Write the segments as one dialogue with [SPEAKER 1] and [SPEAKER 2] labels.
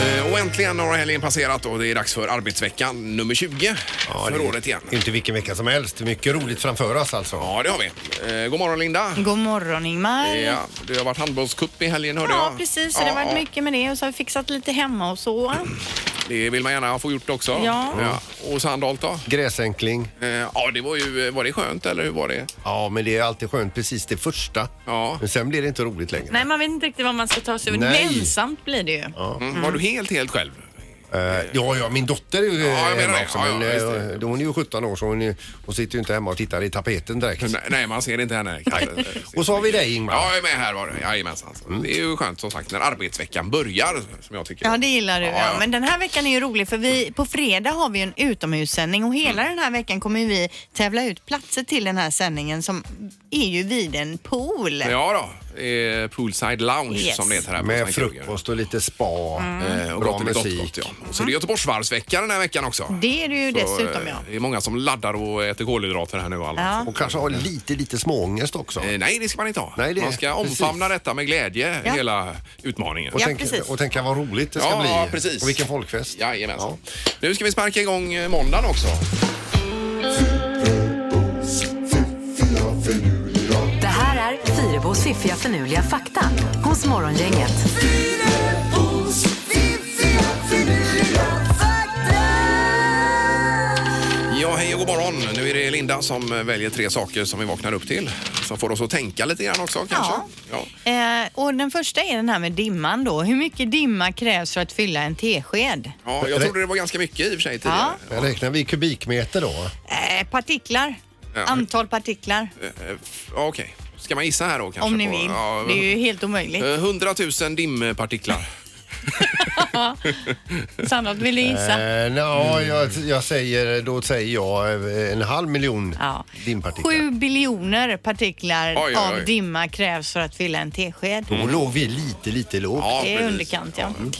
[SPEAKER 1] Eh, Äntligen har helgen passerat och det är dags för arbetsveckan nummer 20 för
[SPEAKER 2] det är
[SPEAKER 1] året igen.
[SPEAKER 2] Inte vilken vecka som helst. Mycket roligt framför oss alltså.
[SPEAKER 1] Ja, det har vi. Eh, god morgon Linda.
[SPEAKER 3] God morgon Ingmar.
[SPEAKER 1] Ja, det har varit handbollscup i helgen hörde
[SPEAKER 3] Ja,
[SPEAKER 1] jag.
[SPEAKER 3] precis. Så det har varit mycket med det och så har vi fixat lite hemma och så.
[SPEAKER 1] Det vill man gärna få gjort också.
[SPEAKER 3] Ja.
[SPEAKER 1] Och Sandholt då?
[SPEAKER 2] Gräsänkling.
[SPEAKER 1] Eh, ja, det var ju, var det skönt eller hur var det?
[SPEAKER 2] Ja, men det är alltid skönt precis det första.
[SPEAKER 1] Ja.
[SPEAKER 2] Men sen blir det inte roligt längre.
[SPEAKER 3] Nej, man vet inte riktigt vad man ska ta sig ur.
[SPEAKER 2] Nej.
[SPEAKER 3] Ensamt blir det ju.
[SPEAKER 1] Mm. Var du helt, helt själv?
[SPEAKER 2] Eh, ja, ja, min dotter är ju eh,
[SPEAKER 1] jag menar
[SPEAKER 2] hemma
[SPEAKER 1] det.
[SPEAKER 2] också.
[SPEAKER 1] Ja, ja,
[SPEAKER 2] Men, eh,
[SPEAKER 1] visst
[SPEAKER 2] hon är ju 17 år så hon, är, hon sitter ju inte hemma och tittar i tapeten direkt.
[SPEAKER 1] Nej, nej, man ser inte henne.
[SPEAKER 2] Och så har vi dig Mm. Ingmar.
[SPEAKER 1] Ja, jag är med här var det. Jajamensan. Det är ju skönt som sagt när arbetsveckan börjar som jag tycker.
[SPEAKER 3] Ja, det gillar du.
[SPEAKER 1] Ja,
[SPEAKER 3] Ja,
[SPEAKER 1] ja.
[SPEAKER 3] Men den här veckan är ju rolig för vi, på fredag har vi en utomhussändning och hela
[SPEAKER 1] Mm.
[SPEAKER 3] den här veckan kommer vi tävla ut platser till den här sändningen som är ju vid en pool.
[SPEAKER 1] Ja då, eh, Poolside Lounge
[SPEAKER 3] Yes.
[SPEAKER 1] som det heter här. på
[SPEAKER 2] Med
[SPEAKER 1] Sankt Jörgen.
[SPEAKER 2] frukost och lite spa.
[SPEAKER 1] Eh, Och
[SPEAKER 2] Bra
[SPEAKER 1] gott, musik.
[SPEAKER 2] musik. Mm.
[SPEAKER 1] Gott, gott, ja. Och så är det Göteborgsvarvsvecka den här veckan också.
[SPEAKER 3] Det är det ju
[SPEAKER 1] Så,
[SPEAKER 3] dessutom
[SPEAKER 1] eh,
[SPEAKER 3] ja.
[SPEAKER 1] Det är många som laddar och äter kolhydrater här nu. Alla.
[SPEAKER 3] Ja.
[SPEAKER 2] Och kanske ha lite, lite småångest också.
[SPEAKER 1] Eh, Nej, det ska man inte ha.
[SPEAKER 2] Nej, det-
[SPEAKER 1] man ska
[SPEAKER 2] precis.
[SPEAKER 1] omfamna detta med glädje,
[SPEAKER 3] Ja.
[SPEAKER 1] hela utmaningen.
[SPEAKER 2] Och,
[SPEAKER 3] Ja,
[SPEAKER 2] tänka,
[SPEAKER 3] precis.
[SPEAKER 2] och tänka vad roligt det ska
[SPEAKER 1] Ja,
[SPEAKER 2] bli.
[SPEAKER 1] ja, precis.
[SPEAKER 2] Och vilken folkfest.
[SPEAKER 1] Jajamensan. Nu ska vi sparka igång eh, måndagen också.
[SPEAKER 4] Det här är Fyrabos fiffiga förnuliga fakta hos Morgongänget.
[SPEAKER 1] Ja, hej och god morgon. Nu är det Linda som eh, väljer tre saker som vi vaknar upp till. Som får oss att tänka lite grann också kanske.
[SPEAKER 3] Ja.
[SPEAKER 1] Ja.
[SPEAKER 3] Eh, och den första är den här med dimman då. Hur mycket dimma krävs för att fylla en tesked?
[SPEAKER 1] Ja, jag trodde det var ganska mycket i och för sig tidigare.
[SPEAKER 2] Men räknar vi kubikmeter då?
[SPEAKER 3] Eh, partiklar.
[SPEAKER 1] Ja.
[SPEAKER 3] Antal partiklar.
[SPEAKER 1] Eh, f- Ja. Okej, ska man gissa här då kanske?
[SPEAKER 3] Om ni
[SPEAKER 1] på-
[SPEAKER 3] vill.
[SPEAKER 1] Ja,
[SPEAKER 3] Det är ju helt omöjligt.
[SPEAKER 1] eh, 100 000 dimpartiklar.
[SPEAKER 3] Sannolikt vill du gissa.
[SPEAKER 2] Eh, no,
[SPEAKER 1] Mm.
[SPEAKER 2] jag, jag säger, då säger jag eh, en halv miljon
[SPEAKER 3] Ja.
[SPEAKER 2] dimpartiklar.
[SPEAKER 3] Sju biljoner partiklar
[SPEAKER 1] Oj, oj, oj.
[SPEAKER 3] av dimma krävs för att fylla en tesked.
[SPEAKER 2] Då låg vi lite, lite lågt.
[SPEAKER 1] Ja,
[SPEAKER 3] Det är
[SPEAKER 1] precis.
[SPEAKER 3] underkant, ja. Mm.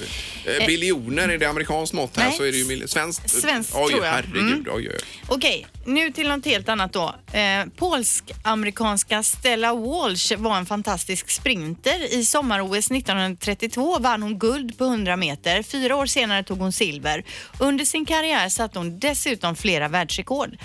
[SPEAKER 1] Eh, Biljoner, är det amerikanskt mått här
[SPEAKER 3] Nej.
[SPEAKER 1] så är det ju mil- svenskt.
[SPEAKER 3] Svenskt,
[SPEAKER 1] oj,
[SPEAKER 3] tror jag. Mm.
[SPEAKER 1] Herregud, oj, oj.
[SPEAKER 3] Okej, nu till något helt annat då. Eh, Polsk-amerikanska Stella Walsh var en fantastisk sprinter. I sommar-OS 1932 vann hon guld på 100 meter. Fyra år senare tog hon silver. Under sin karriär satte hon dessutom flera världsrekord.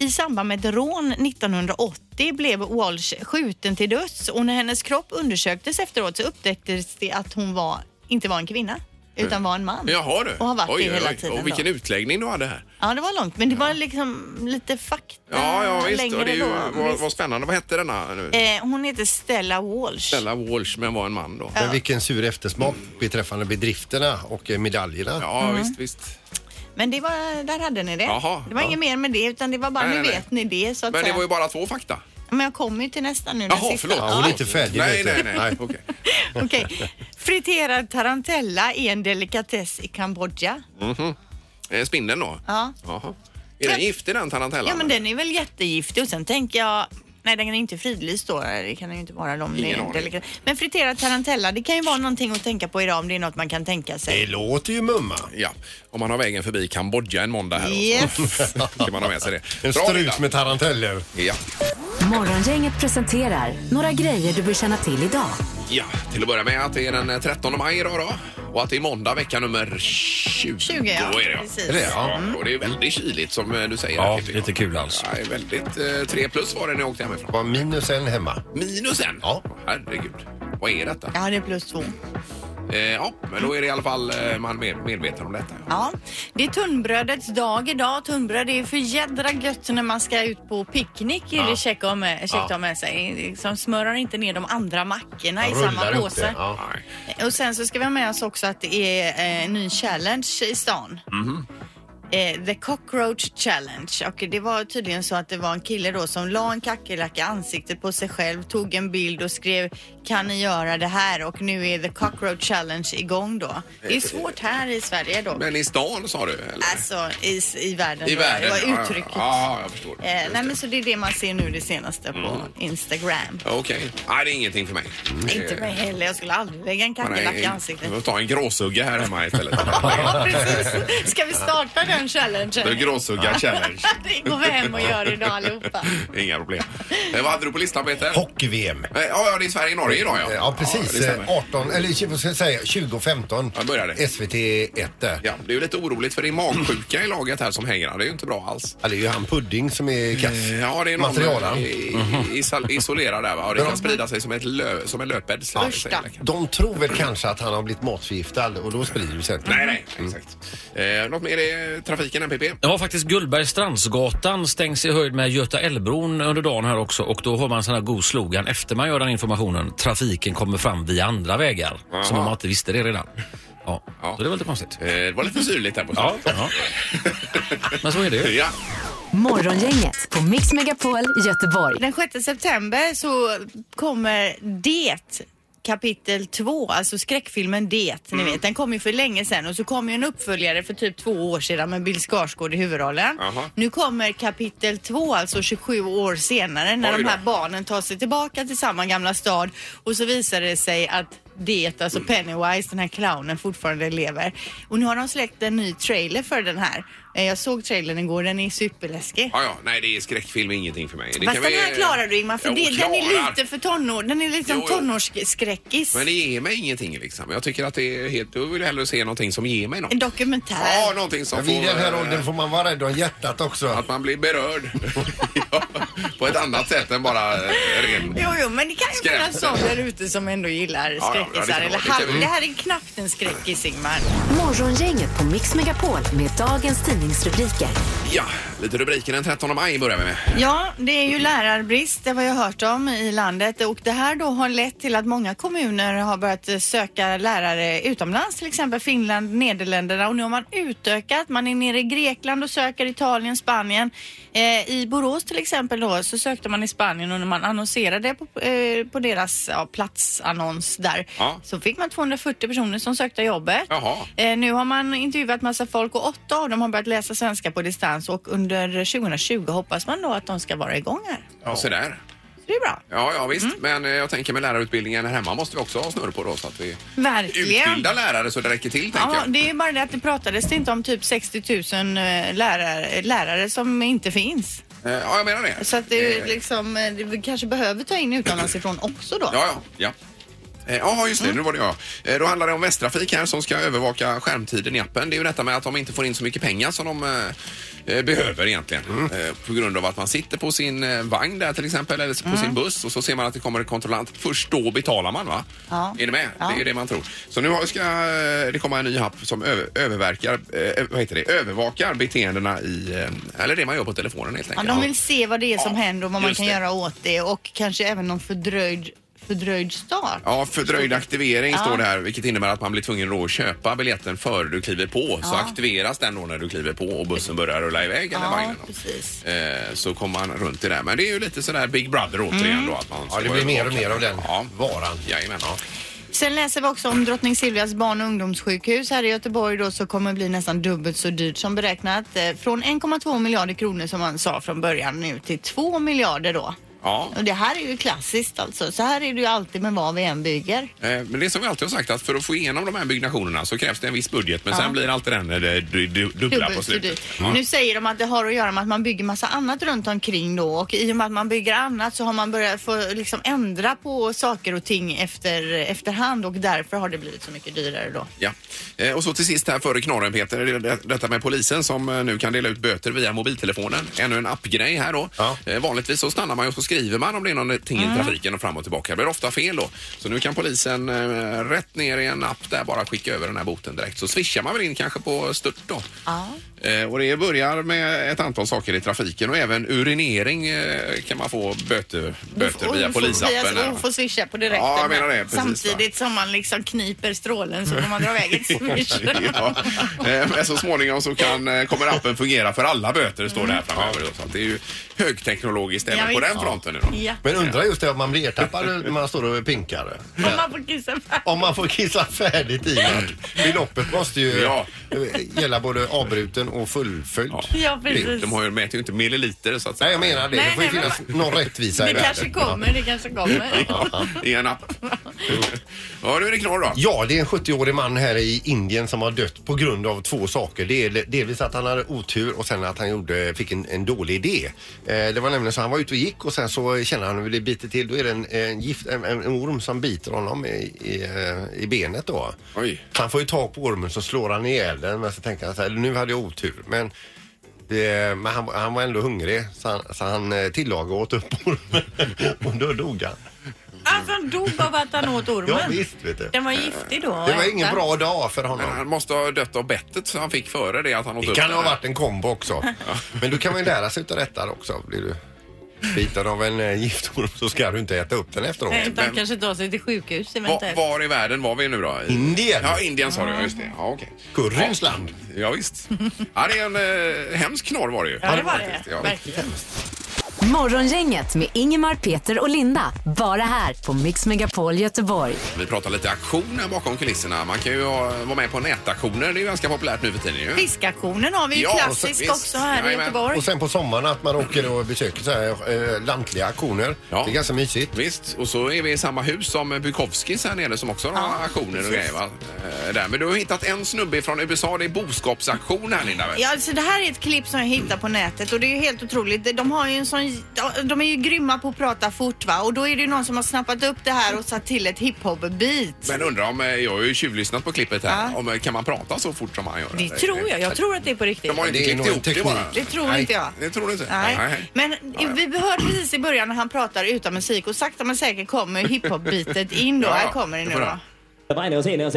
[SPEAKER 3] I samband med ett rån 1980 blev Walsh skjuten till döds och när hennes kropp undersöktes efteråt så upptäcktes det att hon var, inte var en kvinna utan var en man.
[SPEAKER 1] Mm. Jaha du.
[SPEAKER 3] Och har varit
[SPEAKER 1] oj,
[SPEAKER 3] det
[SPEAKER 1] oj,
[SPEAKER 3] hela
[SPEAKER 1] oj.
[SPEAKER 3] tiden.
[SPEAKER 1] Och vilken utläggning du hade här.
[SPEAKER 3] Ja, det var långt, men det var liksom lite fakta
[SPEAKER 1] Ja, ja visst.
[SPEAKER 3] längre
[SPEAKER 1] Och det är ju,
[SPEAKER 3] då.
[SPEAKER 1] vad,
[SPEAKER 3] Visst.
[SPEAKER 1] vad spännande. Vad hette denna nu?
[SPEAKER 3] Eh, hon heter Stella Walsh.
[SPEAKER 1] Stella Walsh, men var en man då.
[SPEAKER 2] Men vilken sur eftersmak beträffande bedrifterna och eh, medaljerna.
[SPEAKER 1] Ja,
[SPEAKER 3] Mm.
[SPEAKER 1] visst, visst.
[SPEAKER 3] Men det var, där hade ni det.
[SPEAKER 1] Jaha,
[SPEAKER 3] det var
[SPEAKER 1] ja.
[SPEAKER 3] inget mer med det, utan det var bara,
[SPEAKER 1] Nej,
[SPEAKER 3] nu
[SPEAKER 1] nej, nej.
[SPEAKER 3] vet ni det så att
[SPEAKER 1] Men det
[SPEAKER 3] säga.
[SPEAKER 1] var ju bara två fakta.
[SPEAKER 3] Men jag kommer ju till nästa nu. den
[SPEAKER 1] Jaha,
[SPEAKER 3] sista.
[SPEAKER 1] förlåt.
[SPEAKER 2] Ja, hon är inte färdig,
[SPEAKER 1] Nej,
[SPEAKER 2] vet
[SPEAKER 1] nej,
[SPEAKER 2] du.
[SPEAKER 1] nej. Okej.
[SPEAKER 3] Okej. Friterad tarantella är en delikatess i Kambodja.
[SPEAKER 1] Eh, Spindeln då?
[SPEAKER 3] Ja.
[SPEAKER 1] Jaha. Är den giftig den tarantellan?
[SPEAKER 3] Ja, men den är väl jättegiftig och sen tänker jag Nej, den är inte fridlyst då. Det kan den ju inte vara. De
[SPEAKER 1] Ingen aning.
[SPEAKER 3] delikat. Men friterad tarantella, det kan ju vara någonting att tänka på idag om det är något man kan tänka sig.
[SPEAKER 2] Det låter ju mumma.
[SPEAKER 1] Ja, om man har vägen förbi Kambodja en måndag här.
[SPEAKER 3] Yes.
[SPEAKER 1] Då kan man ha med sig det. Bra,
[SPEAKER 2] En strut
[SPEAKER 1] Linda.
[SPEAKER 2] med taranteller.
[SPEAKER 1] Ja.
[SPEAKER 4] Morgongänget presenterar några grejer du bör känna till idag.
[SPEAKER 1] ja, till att börja med att det är den 13 maj idag då. Och att det är måndag vecka nummer 20.
[SPEAKER 3] 20 ja.
[SPEAKER 1] Då är det, ja.
[SPEAKER 3] Precis. Mm.
[SPEAKER 2] Är det? Ja.
[SPEAKER 1] Ja, och det är väldigt kyligt som eh, du säger.
[SPEAKER 5] Ja,
[SPEAKER 1] här, Pippi.
[SPEAKER 5] lite kul alltså.
[SPEAKER 1] Nej, väldigt. Eh, tre plus var det när jag åkte hemifrån.
[SPEAKER 2] Var minus en hemma.
[SPEAKER 1] Minus en?
[SPEAKER 2] Ja.
[SPEAKER 1] Herregud. Vad är detta?
[SPEAKER 3] Ja, det är plus två.
[SPEAKER 1] Eh, ja, men då är det i alla fall eh, man med, medveten om detta. Ja.
[SPEAKER 3] Ja, det är tunnbrödets dag idag. Tunnbröd är ju för jädra gött när man ska ut på picknick. Är det käckt att ha med, käckt att ha med sig. Liksom smörar inte ner de andra mackorna i samma
[SPEAKER 2] Rullar upp det.
[SPEAKER 3] påse.
[SPEAKER 2] Ja.
[SPEAKER 1] Nej.
[SPEAKER 3] Och sen så ska vi ha med oss också att det är eh, en ny challenge i stan.
[SPEAKER 1] Mhm.
[SPEAKER 3] Eh, The Cockroach Challenge. Och det var tydligen så att det var en kille då som la en kackerlacka i ansiktet på sig själv, tog en bild och skrev kan ni göra det här? Och nu är The Cockroach Challenge igång då. Det är svårt här i Sverige då.
[SPEAKER 1] Men i stan sa du? Eller?
[SPEAKER 3] Alltså i, i världen.
[SPEAKER 1] I
[SPEAKER 3] då.
[SPEAKER 1] världen?
[SPEAKER 3] Det
[SPEAKER 1] ja,
[SPEAKER 3] var
[SPEAKER 1] ja.
[SPEAKER 3] uttrycket.
[SPEAKER 1] Ja, jag förstår.
[SPEAKER 3] Eh,
[SPEAKER 1] Just
[SPEAKER 3] nej,
[SPEAKER 1] det. Mm.
[SPEAKER 3] men så det är det man ser nu det senaste på Instagram.
[SPEAKER 1] Okej. Nej, det är ingenting för mig. Eh,
[SPEAKER 3] Inte mig heller. Jag skulle aldrig lägga en
[SPEAKER 1] Man är-
[SPEAKER 3] kackerlacka i ansiktet.
[SPEAKER 1] Jag får ta en gråsugga här hemma istället.
[SPEAKER 3] Ja, precis. Ska vi starta den Gråzon challenge.
[SPEAKER 1] The Gråsugga Challenge.
[SPEAKER 3] Det går vi hem och gör idag allihopa.
[SPEAKER 1] Inga problem. Eh, vad hade du på listan Peter?
[SPEAKER 2] Hockey-VM.
[SPEAKER 1] Eh, Ja, ja, det är Sverige-Norge idag ja.
[SPEAKER 2] Ja,
[SPEAKER 1] det
[SPEAKER 2] precis. Eh,
[SPEAKER 1] stämmer.
[SPEAKER 2] 18, eller vad ska jag säga, 2015.
[SPEAKER 1] Ja, börjar det.
[SPEAKER 2] SVT 1 där.
[SPEAKER 1] Ja, det är ju lite oroligt för det är magsjuka i laget här som hänger. Det är ju inte bra alls. Eh,
[SPEAKER 2] Ja, det är ju han Pudding som är kass.
[SPEAKER 1] Mm, Ja, det är någon
[SPEAKER 2] Materialen.
[SPEAKER 1] i- i- isol- isolerad där va? Och det kan sprida sig som, ett lö, som en löpeld. säger-
[SPEAKER 3] Första.
[SPEAKER 1] säger läkaren.
[SPEAKER 2] De tror väl kanske att han har blivit matförgiftad och då sprider det sig.
[SPEAKER 1] Nej, nej, exakt. Eh, något mer i trafiken, MPP?
[SPEAKER 5] Det var faktiskt Gullbergstrandsgatan stängs i höjd med Göta Älvbron under dagen här också och då har man en sån här god slogan efter man gör den informationen. Trafiken kommer fram via andra vägar. Som om man inte visste det redan. Ja,
[SPEAKER 1] Ja.
[SPEAKER 5] så det var lite konstigt.
[SPEAKER 1] Eh, det var lite syrligt där på
[SPEAKER 5] Ja,
[SPEAKER 1] slutet.
[SPEAKER 5] ja. Men så är det ju.
[SPEAKER 1] Ja.
[SPEAKER 4] Morgongänget på Mix Megapol Göteborg.
[SPEAKER 3] Den 6 september så kommer Det kapitel 2, alltså skräckfilmen Det.
[SPEAKER 1] Mm.
[SPEAKER 3] Ni vet, den kom ju för länge sedan och så kom ju en uppföljare för typ två år sedan med Bill Skarsgård i huvudrollen.
[SPEAKER 1] Jaha.
[SPEAKER 3] Nu kommer kapitel 2, alltså 27 år senare när
[SPEAKER 1] Oj
[SPEAKER 3] de här
[SPEAKER 1] då.
[SPEAKER 3] barnen tar sig tillbaka till samma gamla stad och så visar det sig att det, alltså
[SPEAKER 1] Mm.
[SPEAKER 3] Pennywise, den här clownen fortfarande lever. Och nu har de släppt en ny trailer för den här. Eh, Jag såg trailern igår, den är superläskig.
[SPEAKER 1] Ja, ja, nej det är skräckfilm ingenting för mig. Det
[SPEAKER 3] Fast den här klarar du Ingmar, för
[SPEAKER 1] Jo,
[SPEAKER 3] det, den är
[SPEAKER 1] klarar.
[SPEAKER 3] lite för tonår, den är liksom
[SPEAKER 1] Jo, jo.
[SPEAKER 3] tonårsskräckis.
[SPEAKER 1] Men det ger mig ingenting liksom. Jag tycker att det är helt... Jag vill hellre se någonting som ger mig något.
[SPEAKER 3] En dokumentär.
[SPEAKER 1] Ja, någonting som
[SPEAKER 2] Men vid den här
[SPEAKER 1] eh,
[SPEAKER 2] åldern får man vara rädd om hjärtat också.
[SPEAKER 1] Att man blir berörd. ja, på ett annat sätt än bara eh, ren...
[SPEAKER 3] Jo, jo, men det kan ju
[SPEAKER 1] Skräp.
[SPEAKER 3] finnas sån där ute som ändå
[SPEAKER 1] ja,
[SPEAKER 3] gillar
[SPEAKER 1] det
[SPEAKER 3] skräckisar.
[SPEAKER 1] kan vara.
[SPEAKER 3] eller
[SPEAKER 1] Det kan
[SPEAKER 3] halv...
[SPEAKER 1] vi-
[SPEAKER 3] det här är knappt en skräckis Ingmar.
[SPEAKER 4] Morgongänget på Mix Megapol med dagens tidningsrubriker.
[SPEAKER 1] Ja, lite rubriker den 13 maj börjar vi med.
[SPEAKER 3] Ja, det är ju lärarbrist, det har jag hört om i landet och det här då har lett till att många kommuner har börjat eh, söka lärare utomlands, till exempel Finland, Nederländerna och nu har man utökat. Man är nere i Grekland och söker Italien, Spanien. Eh, I Borås till exempel då så sökte man i Spanien och när man annonserade på, eh, på deras ja, platsannons där
[SPEAKER 1] Ja.
[SPEAKER 3] så fick man 240 personer som sökte jobbet.
[SPEAKER 1] Jaha.
[SPEAKER 3] Eh, nu har man intervjuat massa folk och åtta av dem har börjat läsa svenska på distans och under 2020 hoppas man då att de ska vara igång här.
[SPEAKER 1] Ja, så där.
[SPEAKER 3] Så det är bra.
[SPEAKER 1] Ja, ja
[SPEAKER 3] Mm.
[SPEAKER 1] visst. Men eh, jag tänker med lärarutbildningen här hemma måste vi också ha snurr på då så att vi
[SPEAKER 3] Verkligen.
[SPEAKER 1] utbildar lärare så det räcker till tänker
[SPEAKER 3] Ja,
[SPEAKER 1] jag.
[SPEAKER 3] det är bara det att det pratades det inte om typ 60 000 eh, lärare, lärare som inte finns.
[SPEAKER 1] Eh, Ja, jag menar det.
[SPEAKER 3] Så att det är
[SPEAKER 1] Eh,
[SPEAKER 3] liksom, eh, det vi kanske behöver ta in utomlands ifrån också då. Mm.
[SPEAKER 1] Ja, ja. ja. Eh, Ja, just det. Nu var det jag. Eh, Då handlar det om Västtrafik här som ska övervaka skärmtiden i appen. Det är ju detta med att de inte får in så mycket pengar som de eh, eh, behöver egentligen.
[SPEAKER 3] Mm.
[SPEAKER 1] Eh, På grund av att man sitter på sin eh, vagn där till exempel eller på
[SPEAKER 3] Mm.
[SPEAKER 1] sin buss och så ser man att det kommer en kontrollant. Först då betalar man va?
[SPEAKER 3] Ja.
[SPEAKER 1] Är ni med?
[SPEAKER 3] Ja.
[SPEAKER 1] Det är ju det man tror. Så nu har- ska eh, det komma en ny app som över, öververkar, eh, vad heter det? övervakar beteendena i, eh, eller det man gör på telefonen helt
[SPEAKER 3] Ja,
[SPEAKER 1] enkelt.
[SPEAKER 3] de vill se vad det är som
[SPEAKER 1] Ja,
[SPEAKER 3] händer och vad man
[SPEAKER 1] just
[SPEAKER 3] kan
[SPEAKER 1] det.
[SPEAKER 3] göra åt det och kanske även någon fördröjd, fördröjd start.
[SPEAKER 1] Ja, fördröjd aktivering
[SPEAKER 3] Ja.
[SPEAKER 1] står det här, vilket innebär att man blir tvungen då att köpa biljetten före du kliver på. Så aktiveras den då när du kliver på och bussen börjar rulla iväg eller
[SPEAKER 3] Ja,
[SPEAKER 1] vagnen. då.
[SPEAKER 3] precis.
[SPEAKER 1] Eh, så kommer man runt det där. Men det är ju lite sådär Big Brother återigen
[SPEAKER 3] Mm.
[SPEAKER 1] då. Att man ska
[SPEAKER 2] Ja, det
[SPEAKER 1] vara
[SPEAKER 2] blir mer och
[SPEAKER 1] övervakad.
[SPEAKER 2] mer av den
[SPEAKER 1] Ja.
[SPEAKER 2] varan.
[SPEAKER 1] Jajamän. Ja.
[SPEAKER 3] Sen läser vi också om Drottning Silvias barn och ungdomssjukhus här i Göteborg då så kommer det bli nästan dubbelt så dyrt som beräknat. Eh, Från 1,2 miljarder kronor som man sa från början nu till 2 miljarder då.
[SPEAKER 1] Ja.
[SPEAKER 3] Och det här är ju klassiskt alltså. Så här är det ju alltid med vad vi än bygger.
[SPEAKER 1] Eh, Men det är som vi alltid har sagt att för att få igenom de här byggnationerna så krävs det en viss budget men sen blir det alltid den eh, du, du, dubbla på
[SPEAKER 3] Dubbelt så
[SPEAKER 1] slutet.
[SPEAKER 3] dyrt. Nu säger de att det har att göra med att man bygger massa annat runt omkring då och i och med att man bygger annat så har man börjat få liksom ändra på saker och ting efter, efterhand och därför har det blivit så mycket dyrare då.
[SPEAKER 1] Ja. Eh, Och så till sist här före knorren Peter, det- det- detta med polisen som eh, nu kan dela ut böter via mobiltelefonen. Ännu en appgrej här då.
[SPEAKER 2] Ja.
[SPEAKER 1] Eh, Vanligtvis så stannar man ju och så skriver man om det är någonting i trafiken och fram och tillbaka. Det blir ofta fel då. Så nu kan polisen eh, rätt ner i en app där bara skicka över den här boten direkt. Så swishar man väl in kanske på stört då.
[SPEAKER 3] Ja.
[SPEAKER 1] Eh, Och det börjar med ett antal saker i trafiken och även urinering eh, kan man få böter, böter
[SPEAKER 3] Och
[SPEAKER 1] via
[SPEAKER 3] får-
[SPEAKER 1] polisappen.
[SPEAKER 3] via-
[SPEAKER 1] här.
[SPEAKER 3] Och får swisha på direkten.
[SPEAKER 1] Ja, jag menar det,
[SPEAKER 3] med.
[SPEAKER 1] precis, va.
[SPEAKER 3] Samtidigt som man liksom kniper strålen så får man dra iväg ett swish.
[SPEAKER 1] ja. Eh, Men så småningom så kan, eh, kommer appen fungera för alla böter, står
[SPEAKER 2] Mm.
[SPEAKER 1] det här framöver. då. Så att det är ju högteknologiskt
[SPEAKER 3] Ja,
[SPEAKER 1] även på
[SPEAKER 3] visst.
[SPEAKER 1] den fronten nu då.
[SPEAKER 3] Ja.
[SPEAKER 2] Men undrar just det om man blir ertappad när man står och pinkar.
[SPEAKER 3] Om man får kissa färdigt.
[SPEAKER 2] Om man får kissa färdigt i den. Beloppet måste ju
[SPEAKER 1] Ja.
[SPEAKER 2] eh, gälla både avbruten och fullföljd.
[SPEAKER 3] Ja, precis.
[SPEAKER 1] Det- De har ju, mäter ju inte milliliter så att säga.
[SPEAKER 2] Nej, jag menar det.
[SPEAKER 3] Nej,
[SPEAKER 2] det får ju
[SPEAKER 3] nej,
[SPEAKER 2] finnas någon rättvisa i
[SPEAKER 3] Det
[SPEAKER 2] världen.
[SPEAKER 3] kanske kommer, det kanske kommer.
[SPEAKER 1] I en app. ja, nu är det knorr då.
[SPEAKER 2] Ja, det är en 70-årig man här i Indien som har dött på grund av två saker. Det är delvis att han hade otur och sen att han gjorde, fick en, en dålig idé. Eh, det var nämligen så han var ute och gick och sen så känner han hur det biter till. Då är det en, en, gift, en, en orm som biter honom i, i, eh, i benet då.
[SPEAKER 1] Oj.
[SPEAKER 2] Så han får ju tag på ormen så slår han ihjäl den men så tänker han så här, nu hade jag otur. Men det, men han, han var ändå hungrig så han, så han eh, tillagade och åt upp ormen och då dog han.
[SPEAKER 3] Alltså han dog av att han åt ormen.
[SPEAKER 2] Ja, visst, vet du.
[SPEAKER 3] Den var giftig då. att
[SPEAKER 2] Det var
[SPEAKER 3] äta.
[SPEAKER 2] ingen bra dag för honom.
[SPEAKER 1] Men han måste ha dött av bettet som han fick före det att han åt
[SPEAKER 2] Det
[SPEAKER 1] upp
[SPEAKER 2] kan
[SPEAKER 1] den
[SPEAKER 2] ha
[SPEAKER 1] här.
[SPEAKER 2] varit en kombo också. Men då kan man ju lära sig utav detta också. Blir du biten av en eh, giftorm så ska du inte äta upp den efteråt.
[SPEAKER 3] Nej, utan
[SPEAKER 1] Men-
[SPEAKER 3] kanske tar sig till sjukhus
[SPEAKER 1] Va,
[SPEAKER 3] eventuellt.
[SPEAKER 1] var i världen var vi nu då? I...
[SPEAKER 2] Indien.
[SPEAKER 1] Ja, Indien sa du. Ja, just det. Ja, okej.
[SPEAKER 2] Curryns
[SPEAKER 1] ja.
[SPEAKER 2] land.
[SPEAKER 1] Ja, visst. Ja, det är en eh, hemsk knorr var det ju.
[SPEAKER 3] Ja, det var det.
[SPEAKER 1] Faktiskt, ja.
[SPEAKER 3] Verkligen.
[SPEAKER 4] Morgongänget med Ingemar, Peter och Linda. Bara här på Mix Megapol Göteborg.
[SPEAKER 1] Vi pratar lite auktioner bakom kulisserna. Man kan ju ha- vara med på nätauktioner. Det är ju ganska populärt nu för tiden ju.
[SPEAKER 3] Fiskaktionen har vi ju
[SPEAKER 1] Ja, så-
[SPEAKER 3] klassisk
[SPEAKER 1] visst.
[SPEAKER 3] också här i
[SPEAKER 1] Jajamän.
[SPEAKER 3] Göteborg.
[SPEAKER 2] Och sen på sommaren att man åker och besöker så här, eh, lantliga auktioner.
[SPEAKER 1] Ja.
[SPEAKER 2] Det är ganska mysigt.
[SPEAKER 1] Visst, och så är vi i samma hus som Bukowskis här nere som också har auktioner och grejer. Va? Eh, Där. Men du har hittat en snubbe från USA. Det är boskapsauktion här Linda.
[SPEAKER 3] Ja, alltså det här är ett klipp som jag hittade på nätet och det är ju helt otroligt. De, har ju en sån, de är ju grymma på att prata fort va och då är det ju någon som har snappat upp det här och satt till ett hiphop-beat.
[SPEAKER 1] Men undrar om, eh, jag har ju tjuvlyssnat på klippet här,
[SPEAKER 3] Ja.
[SPEAKER 1] om, eh, kan man prata så fort som han gör?
[SPEAKER 3] Det
[SPEAKER 1] Eller?
[SPEAKER 3] tror jag. Jag tror att det är på riktigt.
[SPEAKER 1] De har inte
[SPEAKER 2] Det är
[SPEAKER 1] klippt
[SPEAKER 2] nog en
[SPEAKER 1] ihop det
[SPEAKER 2] teknik.
[SPEAKER 1] bara.
[SPEAKER 3] Det tror
[SPEAKER 2] Nej.
[SPEAKER 3] inte jag.
[SPEAKER 1] Det tror du inte?
[SPEAKER 3] Nej. Men vi hörde precis i början när han pratar utan musik och sakta men säkert kommer hiphop-beatet in då.
[SPEAKER 1] Ja,
[SPEAKER 3] här kommer det nu
[SPEAKER 1] det får
[SPEAKER 3] då.
[SPEAKER 6] oh, oh, uh,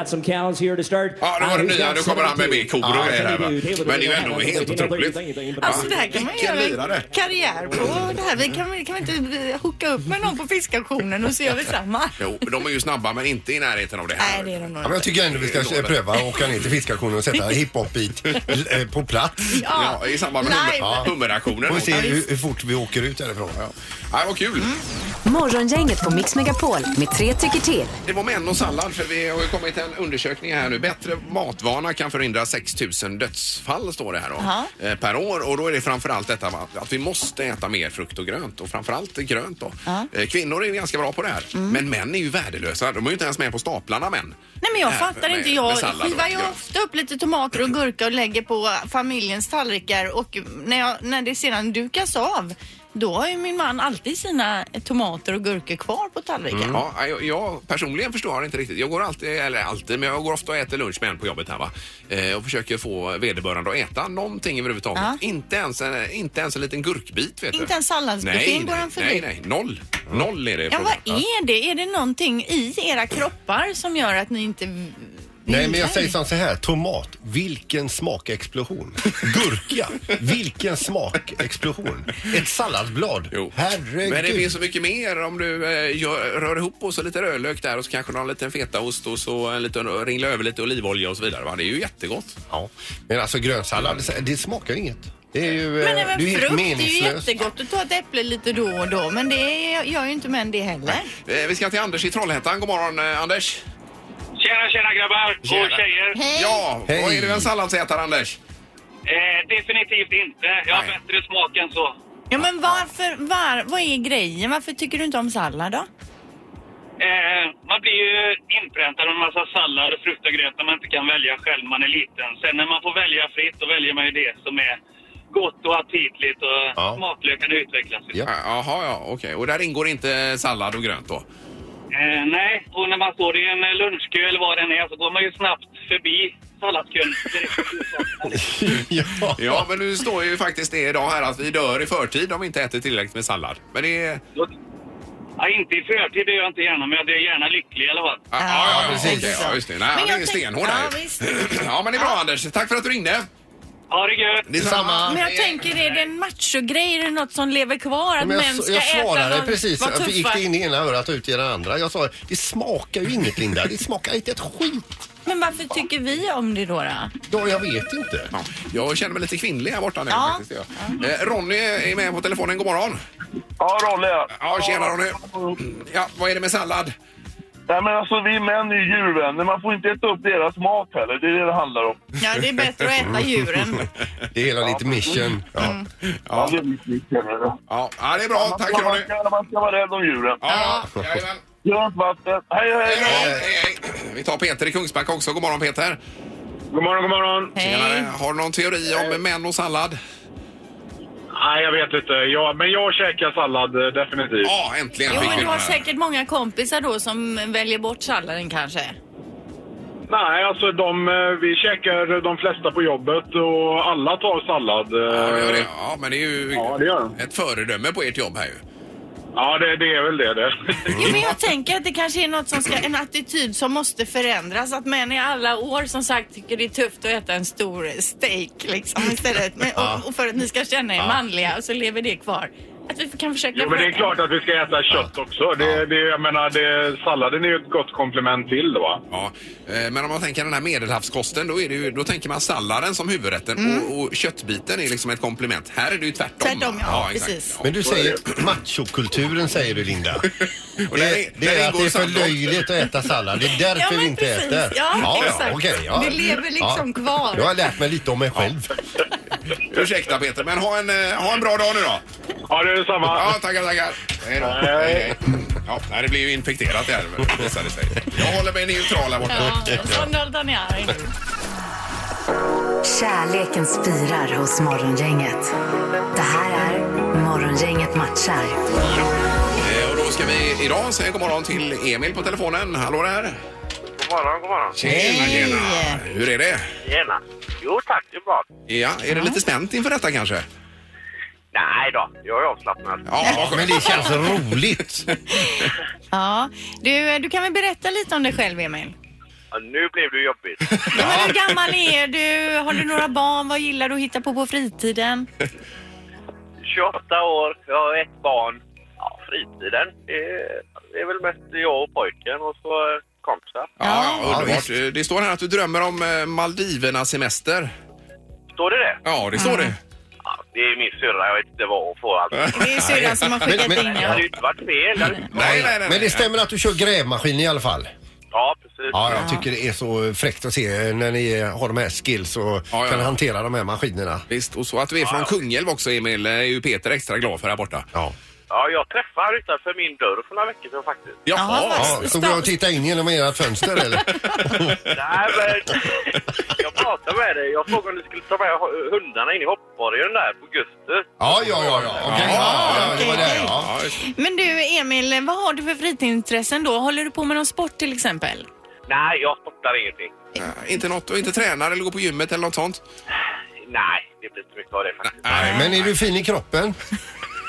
[SPEAKER 1] Ja, då var det nya. Nu kommer han med mer kor och grejer här. va? Men det är ju ändå helt otroligt.
[SPEAKER 3] Alltså det här kan man
[SPEAKER 1] Vilken
[SPEAKER 3] göra
[SPEAKER 1] lirare.
[SPEAKER 3] karriär på. Det här. Vi kan, vi kan vi inte eh, hooka upp med någon på fiskauktionen och så gör vi samma?
[SPEAKER 1] Jo, de är ju snabba men inte i närheten av det här.
[SPEAKER 3] Nej, det är de nog
[SPEAKER 2] Ja, men jag tycker ändå vi ska eh, pröva att åka ner till fiskauktionen och sätta hiphop-beat eh, på plats.
[SPEAKER 1] Ja, i samband med hummer,
[SPEAKER 3] Live.
[SPEAKER 1] ja, hummeraktionen.
[SPEAKER 2] Och se hur, hur fort vi åker ut därifrån.
[SPEAKER 1] Ja. Ja, vad kul!
[SPEAKER 3] Mm.
[SPEAKER 4] Morgongänget på Mix Megapol med tre tycker till.
[SPEAKER 1] Det var män och sallad, för vi har ju kommit till en undersökning här nu. Bättre matvana kan förhindra 6 000 dödsfall, står det här
[SPEAKER 3] Jaha.
[SPEAKER 1] då, eh, per år. Och då är det framförallt detta va, att vi måste äta mer frukt och grönt och framförallt grönt då. Eh, Kvinnor är ju ganska bra på det här,
[SPEAKER 3] Mm.
[SPEAKER 1] men män är ju värdelösa. De är ju inte ens med på staplarna män.
[SPEAKER 3] Nej men jag
[SPEAKER 2] Äh,
[SPEAKER 1] Här,
[SPEAKER 3] fattar
[SPEAKER 1] med-
[SPEAKER 3] inte.
[SPEAKER 1] med
[SPEAKER 3] Jag
[SPEAKER 1] sallad och
[SPEAKER 3] skivar ju
[SPEAKER 1] grönt.
[SPEAKER 3] ofta upp lite tomater och gurka och lägger på familjens tallrikar och när, jag, när det sedan dukas av då har ju min man alltid sina tomater och gurkor kvar på tallriken.
[SPEAKER 2] Mm,
[SPEAKER 1] Ja, jag, jag personligen förstår inte riktigt. Jag går alltid, eller alltid, men jag går ofta och äter lunch med en på jobbet här va. Eh, och försöker få vederbörande att äta någonting överhuvudtaget.
[SPEAKER 3] Ja.
[SPEAKER 1] Inte, ens en, inte ens en liten gurkbit vet du.
[SPEAKER 3] Inte en salladsbuffé
[SPEAKER 1] Nej,
[SPEAKER 3] går
[SPEAKER 1] nej,
[SPEAKER 3] han förbi.
[SPEAKER 1] Nej, nej, noll. Noll är det.
[SPEAKER 3] Ja,
[SPEAKER 1] frågan.
[SPEAKER 3] vad är det? Är det någonting i era kroppar som gör att ni inte vill
[SPEAKER 2] Nej, men jag
[SPEAKER 3] det?
[SPEAKER 2] säger som så här. Tomat, vilken smakexplosion. Gurka, vilken smakexplosion. Ett salladsblad.
[SPEAKER 1] Jo.
[SPEAKER 2] Herregud.
[SPEAKER 1] Men det finns så mycket mer om du eh, gör, rör ihop och så lite rödlök där och så kanske någon liten fetaost och så en liten, ringla över lite olivolja och så vidare. Va? Det är ju jättegott.
[SPEAKER 2] Ja. Men alltså grönsallad, det smakar ju inget. Det är ju, eh,
[SPEAKER 3] Men, nej, men
[SPEAKER 2] det är ju helt
[SPEAKER 3] frukt är ju
[SPEAKER 2] meningslöst.
[SPEAKER 3] jättegott att ta ett äpple lite då och då men det är- gör ju inte män det heller.
[SPEAKER 1] Eh, vi ska till Anders i Trollhättan. God morgon eh, Anders.
[SPEAKER 7] Tjena, tjena grabbar och
[SPEAKER 1] Tjena.
[SPEAKER 7] tjejer.
[SPEAKER 3] Hej!
[SPEAKER 1] Ja,
[SPEAKER 2] Hej.
[SPEAKER 1] vad är du en salladsätare Anders?
[SPEAKER 7] Eh, definitivt inte. Jag har
[SPEAKER 1] Nej.
[SPEAKER 7] bättre smak än så.
[SPEAKER 3] Ja, men varför, var, vad är grejen? Varför tycker du inte om sallad då?
[SPEAKER 7] Eh, man blir ju inpräntad med en massa sallad och frukt och gröt när man inte kan välja själv när man är liten. Sen när man får välja fritt, då väljer man ju det som är gott och aptitligt och
[SPEAKER 2] Ja.
[SPEAKER 7] smaklökarna utvecklas. ju.
[SPEAKER 2] Ja.
[SPEAKER 1] Ja, Äh, Jaha, ja, okej. Och där ingår inte sallad och grönt då?
[SPEAKER 7] Eh, nej, och när man står i en eh, lunchkö eller vad den är så går man ju snabbt förbi salladskön direkt.
[SPEAKER 2] ja.
[SPEAKER 1] Ja, men nu står ju faktiskt det idag här att vi dör i förtid om vi inte äter tillräckligt med sallad. Men det är... äh,
[SPEAKER 7] Ja, inte i förtid, det gör jag inte gärna, men jag blir gärna lycklig i alla fall.
[SPEAKER 1] Ja, ja, ja, precis. Okej, ja, just det. Nej,
[SPEAKER 3] Men
[SPEAKER 1] han
[SPEAKER 3] jag
[SPEAKER 1] är
[SPEAKER 3] tänk-
[SPEAKER 1] stenhård
[SPEAKER 3] Ja,
[SPEAKER 1] här.
[SPEAKER 3] visst.
[SPEAKER 1] Ja, men det är Eh, bra Anders. Tack för att du ringde.
[SPEAKER 7] Ha det gött!
[SPEAKER 2] Detsamma.
[SPEAKER 3] Men jag tänker, är det en machogrej? Är det något som lever kvar? Att
[SPEAKER 2] Alltså, Men jag,
[SPEAKER 3] män ska
[SPEAKER 2] jag
[SPEAKER 3] äta
[SPEAKER 2] svarade
[SPEAKER 3] någon,
[SPEAKER 2] precis.
[SPEAKER 3] vara
[SPEAKER 2] Att det gick
[SPEAKER 3] tuffa?
[SPEAKER 2] det in i ena örat och ut i det andra. Jag sa det smakar ju inget Linda. Det smakar inte ett skit.
[SPEAKER 3] Men varför tycker vi om det då? då?
[SPEAKER 2] Ja, jag vet inte.
[SPEAKER 1] Ja, jag känner mig lite kvinnlig här borta nu.
[SPEAKER 3] Ja.
[SPEAKER 1] Faktiskt, ja. Eh, Ronny är med på telefonen. God morgon!
[SPEAKER 8] Ja, Ronny ja.
[SPEAKER 1] Ja, tjena Ronny! Ja, vad är det med sallad?
[SPEAKER 8] Nej, men alltså vi män är ju djurvänner. Man får inte äta upp deras mat heller. Det är det det handlar om.
[SPEAKER 3] Ja, det är bättre att äta djuren.
[SPEAKER 2] Det är hela ditt mission. Ja.
[SPEAKER 8] Ja, det är mitt liv, känner jag.
[SPEAKER 1] Ja, ja det är bra. Tack
[SPEAKER 8] man,
[SPEAKER 1] Ronny!
[SPEAKER 8] ska, man ska vara rädd om djuren.
[SPEAKER 1] Ja, jajamän.
[SPEAKER 8] Grönt vatten. Hej, hej!
[SPEAKER 1] Hej, hej, hej. Vi tar Peter i Kungsbacka också. God morgon Peter!
[SPEAKER 7] God morgon, god morgon.
[SPEAKER 1] Tjenare.
[SPEAKER 3] Hej.
[SPEAKER 1] Har du någon teori om män och sallad?
[SPEAKER 7] Nej, jag vet inte. Jag, men jag käkar sallad eh, definitivt.
[SPEAKER 1] Ja, äntligen
[SPEAKER 3] Jo,
[SPEAKER 1] fick
[SPEAKER 3] men
[SPEAKER 1] vi
[SPEAKER 3] du har
[SPEAKER 1] den här.
[SPEAKER 3] säkert många kompisar då som väljer bort salladen kanske.
[SPEAKER 7] Nej, alltså de, eh, vi käkar de flesta på jobbet och alla tar sallad.
[SPEAKER 1] Ja, det gör det.
[SPEAKER 7] eh,
[SPEAKER 1] ja, men det är ju
[SPEAKER 7] Ja, det gör den.
[SPEAKER 1] ett föredöme på ert jobb här ju.
[SPEAKER 7] Ja, det, det är väl det det.
[SPEAKER 3] Jo, men jag tänker att det kanske är något som ska, en attityd som måste förändras. Att män i alla år som sagt tycker det är tufft att äta en stor steak liksom istället. Men, och, och för att ni ska känna er manliga så lever det kvar. Att vi kan försöka...
[SPEAKER 7] Jo, men det är klart att vi ska äta kött också. Det, det, jag menar, det, salladen är ju ett gott komplement till det va?
[SPEAKER 1] Ja. eh, Men om man tänker den här medelhavskosten, då, är det ju, då tänker man salladen som huvudrätten och, och köttbiten är liksom ett komplement. Här är det ju tvärtom.
[SPEAKER 3] Mm. Tvärtom, ja.
[SPEAKER 1] exakt.
[SPEAKER 3] Precis.
[SPEAKER 2] Men du säger machokulturen säger du Linda.
[SPEAKER 1] Och där
[SPEAKER 2] Det,
[SPEAKER 1] är-
[SPEAKER 2] det
[SPEAKER 1] där
[SPEAKER 2] är att
[SPEAKER 1] ingår
[SPEAKER 2] det är för
[SPEAKER 1] sallad.
[SPEAKER 2] löjligt att äta sallad. Det är därför
[SPEAKER 3] Ja, men
[SPEAKER 2] vi inte
[SPEAKER 3] precis.
[SPEAKER 2] äter.
[SPEAKER 3] Ja, exakt.
[SPEAKER 2] okej,
[SPEAKER 3] Det lever liksom kvar.
[SPEAKER 2] Jag har lärt mig lite om mig själv.
[SPEAKER 1] Ursäkta Peter, men ha en, eh, ha en bra dag nu då.
[SPEAKER 7] Ja, det är detsamma.
[SPEAKER 1] Ja, tackar, tackar. Hej då.
[SPEAKER 7] Hej.
[SPEAKER 1] Hej, hej. Ja, nej, det blir ju infekterat det här visar det sig. Jag håller mig neutral här borta.
[SPEAKER 3] Ja, sån åldern är jag nu.
[SPEAKER 4] Kärleken spirar hos Morgongänget. Det här är Morgongänget matchar.
[SPEAKER 1] Eh, Och då ska vi idag säga god morgon till Emil på telefonen. Hallå där!
[SPEAKER 8] God morgon, god morgon.
[SPEAKER 1] Tjena, tjena! Hur är det?
[SPEAKER 8] Tjena. Jo tack, det är bra.
[SPEAKER 1] Ja, är det lite spänt inför detta kanske?
[SPEAKER 8] Nej då, jag är avslappnad.
[SPEAKER 1] Ja,
[SPEAKER 2] Men det känns roligt.
[SPEAKER 3] Ja, du, du kan väl berätta lite om dig själv Emil?
[SPEAKER 8] Nu blev det jobbigt.
[SPEAKER 3] Ja, men hur gammal är du? Har du några barn? Vad gillar du att hitta på på fritiden?
[SPEAKER 8] 28 år, jag har ett barn. Ja, fritiden. Det är, det är väl mest jag och pojken och så eh, kompisar.
[SPEAKER 1] Ja,
[SPEAKER 2] Ja,
[SPEAKER 1] ja, underbart. det står här att du drömmer om eh, Maldivernas semester.
[SPEAKER 8] Står det det?
[SPEAKER 1] Ja, det står det.
[SPEAKER 8] Ja, det är min syrra, jag vet inte vad hon får allt.
[SPEAKER 3] Det är syrran som har skickat
[SPEAKER 2] Men- men-
[SPEAKER 3] in
[SPEAKER 8] Det hade
[SPEAKER 3] det.
[SPEAKER 8] ju inte varit fel. Det hade inte-
[SPEAKER 1] Nej, nej, nej.
[SPEAKER 2] Men
[SPEAKER 1] nej.
[SPEAKER 2] det stämmer att du kör grävmaskin i alla fall?
[SPEAKER 8] Ja, precis.
[SPEAKER 2] Ja, jag tycker det är så fräckt att se när ni har de här skills och
[SPEAKER 1] ja.
[SPEAKER 2] kan hantera de här maskinerna.
[SPEAKER 1] Visst, och så att vi är från Kungälv också, Emil, eh, är ju Peter extra glad för här borta.
[SPEAKER 2] Ja.
[SPEAKER 8] Ja, jag träffade utanför min dörr för några veckor sedan faktiskt.
[SPEAKER 1] Jaha,
[SPEAKER 3] Jaha,
[SPEAKER 1] ja.
[SPEAKER 2] Ja, så går jag och tittar in genom ert fönster eller?
[SPEAKER 8] Nej, men jag pratade med dig. Jag frågade om du skulle ta med hundarna in i hoppborgen där på Guster.
[SPEAKER 2] Ja, ja, ja, ja. Okej, ja, ja, det var det. Ja.
[SPEAKER 1] Ja, just det.
[SPEAKER 3] Men du Emil, vad har du för fritidsintressen då? Håller du på med någon sport till exempel?
[SPEAKER 8] Nej, jag sportar ingenting.
[SPEAKER 1] Nej, inte något, och inte tränar eller går på gymmet eller något sånt?
[SPEAKER 8] Nej, det blir inte mycket av det faktiskt.
[SPEAKER 1] Nej,
[SPEAKER 2] Men är du fin i kroppen?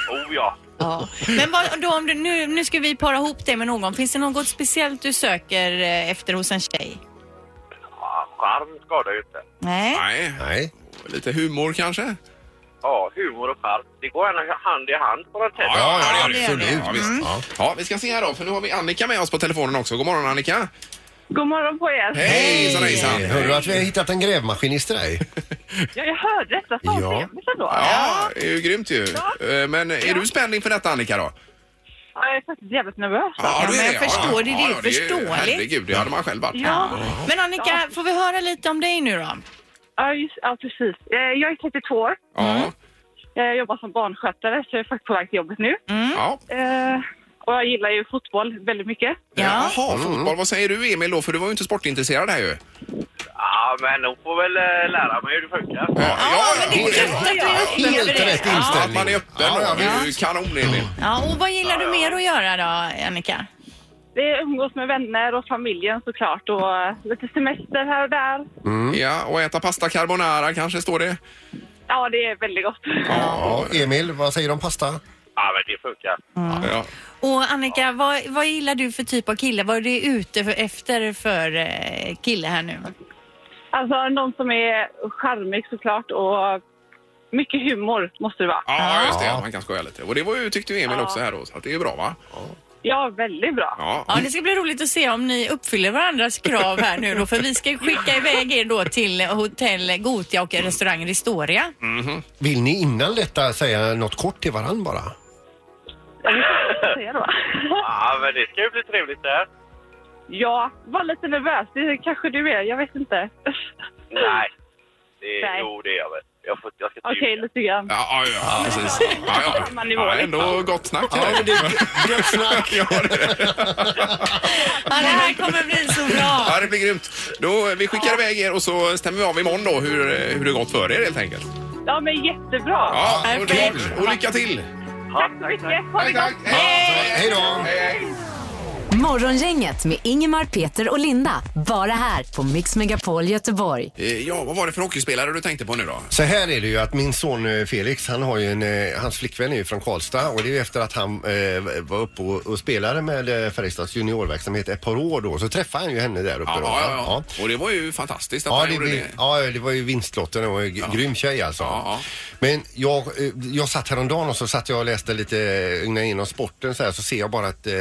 [SPEAKER 8] Oh ja.
[SPEAKER 3] Ja. Men vad, då om du, nu, nu ska vi para ihop dig med någon. Finns det något speciellt du söker eh, efter hos en tjej?
[SPEAKER 8] ja charm skadar ju inte.
[SPEAKER 3] Nej.
[SPEAKER 1] Nej.
[SPEAKER 2] Nej.
[SPEAKER 1] Lite humor kanske?
[SPEAKER 8] Ja, humor och charm. Det går gärna hand i hand på den tiden.
[SPEAKER 1] ja,
[SPEAKER 3] det gör det.
[SPEAKER 1] Ja, visst. Ja. ja, vi ska se här då, för nu har vi Annika med oss på telefonen också. God morgon Annika!
[SPEAKER 9] God morgon på er.
[SPEAKER 1] Hej! Hejsan, hejsan!
[SPEAKER 2] Hörde du att vi har hittat en grävmaskinist till dig?
[SPEAKER 9] Ja, jag hörde detta.
[SPEAKER 2] Ja.
[SPEAKER 9] Fan, ja. ändå.
[SPEAKER 1] Ja, det är ju grymt ju. Eh, Men är du spänd inför detta Annika då?
[SPEAKER 9] Ja, jag är faktiskt jävligt nervös.
[SPEAKER 1] Ja,
[SPEAKER 3] men
[SPEAKER 1] det är
[SPEAKER 3] jag
[SPEAKER 1] det.
[SPEAKER 3] förstår, det är ju
[SPEAKER 1] ju-
[SPEAKER 3] förståeligt.
[SPEAKER 1] Herregud, det hade man själv varit.
[SPEAKER 9] Ja,
[SPEAKER 3] Men Annika, får vi höra lite om dig nu då?
[SPEAKER 9] ja, just, ja precis. Eh, Jag är 32 år.
[SPEAKER 1] Ja.
[SPEAKER 9] Jag jobbar som barnskötare, så jag är faktiskt på väg till jobbet nu.
[SPEAKER 1] ja.
[SPEAKER 9] Eh, Och jag gillar ju fotboll väldigt mycket.
[SPEAKER 3] Ja.
[SPEAKER 1] Jaha, fotboll. Vad säger du Emil då? För du var ju inte sportintresserad här ju.
[SPEAKER 8] Ja, men hon får väl eh, lära mig hur det funkar.
[SPEAKER 1] Ja,
[SPEAKER 3] men det är gött att du
[SPEAKER 2] Helt
[SPEAKER 3] upplever det.
[SPEAKER 2] rätt
[SPEAKER 3] Ja.
[SPEAKER 1] Att
[SPEAKER 2] inställning.
[SPEAKER 1] man är öppen.
[SPEAKER 2] Ja, ja,
[SPEAKER 1] det är ju kanon Emil.
[SPEAKER 3] Ja, och vad gillar du mer att göra då, Annika?
[SPEAKER 9] Det är umgås med vänner och familjen såklart och eh, lite semester här och där.
[SPEAKER 1] Ja, och äta pasta carbonara kanske står det.
[SPEAKER 9] Ja, det är väldigt gott.
[SPEAKER 2] Ja, Emil, vad säger du om pasta?
[SPEAKER 8] Ja, men det funkar.
[SPEAKER 9] Mm.
[SPEAKER 1] Ja.
[SPEAKER 3] Och Annika, vad, vad gillar du för typ av kille? Vad är du ute för, efter för eh, kille här nu?
[SPEAKER 9] Alltså någon som är charmig såklart och mycket humor måste det vara.
[SPEAKER 1] Ja, just det. Ja, man kan skoja lite. Och det var ju, tyckte ju Emil också här då, så att det är bra va?
[SPEAKER 9] Ja, väldigt bra.
[SPEAKER 1] Ja.
[SPEAKER 3] Ja, det ska bli roligt att se om ni uppfyller varandras krav här nu då, för vi ska ju skicka iväg er då till hotell Gotia och restaurang Ristoria.
[SPEAKER 9] Mm.
[SPEAKER 2] Vill ni innan detta säga något kort till varandra bara?
[SPEAKER 9] Så är det, va?
[SPEAKER 8] Ja, men det ska ju bli trevligt där.
[SPEAKER 9] Ja, var lite nervös. Det kanske du är. Jag vet inte.
[SPEAKER 8] Nej. Det,
[SPEAKER 9] Mm. Nej.
[SPEAKER 8] Jo, det är jag väl. Jag, får, jag ska
[SPEAKER 9] Okej,
[SPEAKER 8] inte ljuga.
[SPEAKER 9] lite grann.
[SPEAKER 1] Ja, ja, ja precis. Ja, ja.
[SPEAKER 9] Man nivå,
[SPEAKER 1] Ja,
[SPEAKER 9] liksom.
[SPEAKER 1] ändå gott snack.
[SPEAKER 2] men det är gött snack.
[SPEAKER 1] Ja, det-
[SPEAKER 3] Ja, det här kommer bli så bra!
[SPEAKER 1] ja, det blir grymt. Då, vi skickar iväg er och så stämmer vi av imorgon då hur, hur det gått för er helt enkelt.
[SPEAKER 9] Ja, men jättebra.
[SPEAKER 1] Ja, och,
[SPEAKER 3] Perfekt.
[SPEAKER 1] och lycka till!
[SPEAKER 9] Tack så mycket. Ha det gott.
[SPEAKER 1] Tack, tack. Hej!
[SPEAKER 2] Hej då!
[SPEAKER 1] Hej, hej.
[SPEAKER 4] Morgongänget med Ingemar, Peter och Linda. Bara här på Mix Megapol Göteborg.
[SPEAKER 1] Eh, Ja, vad var det för hockeyspelare du tänkte på nu då?
[SPEAKER 2] Så här är det ju att min son eh, Felix, han har ju en, eh, hans flickvän är ju från Karlstad och det är ju efter att han eh, var uppe och, och spelade med eh, Färjestads juniorverksamhet ett par år då så träffade han ju henne där uppe
[SPEAKER 1] Ja,
[SPEAKER 2] då.
[SPEAKER 1] ja,
[SPEAKER 2] va?
[SPEAKER 1] ja, ja. Och det var ju fantastiskt att
[SPEAKER 2] Ja,
[SPEAKER 1] han
[SPEAKER 2] det,
[SPEAKER 1] gjorde
[SPEAKER 2] blir-
[SPEAKER 1] det.
[SPEAKER 2] ja, det var ju vinstlotten och en g- grym tjej alltså.
[SPEAKER 1] Ja, ja.
[SPEAKER 2] Men jag, eh, jag satt häromdagen och så satt jag och läste lite, eh, ögnade igenom sporten så här så ser jag bara att eh,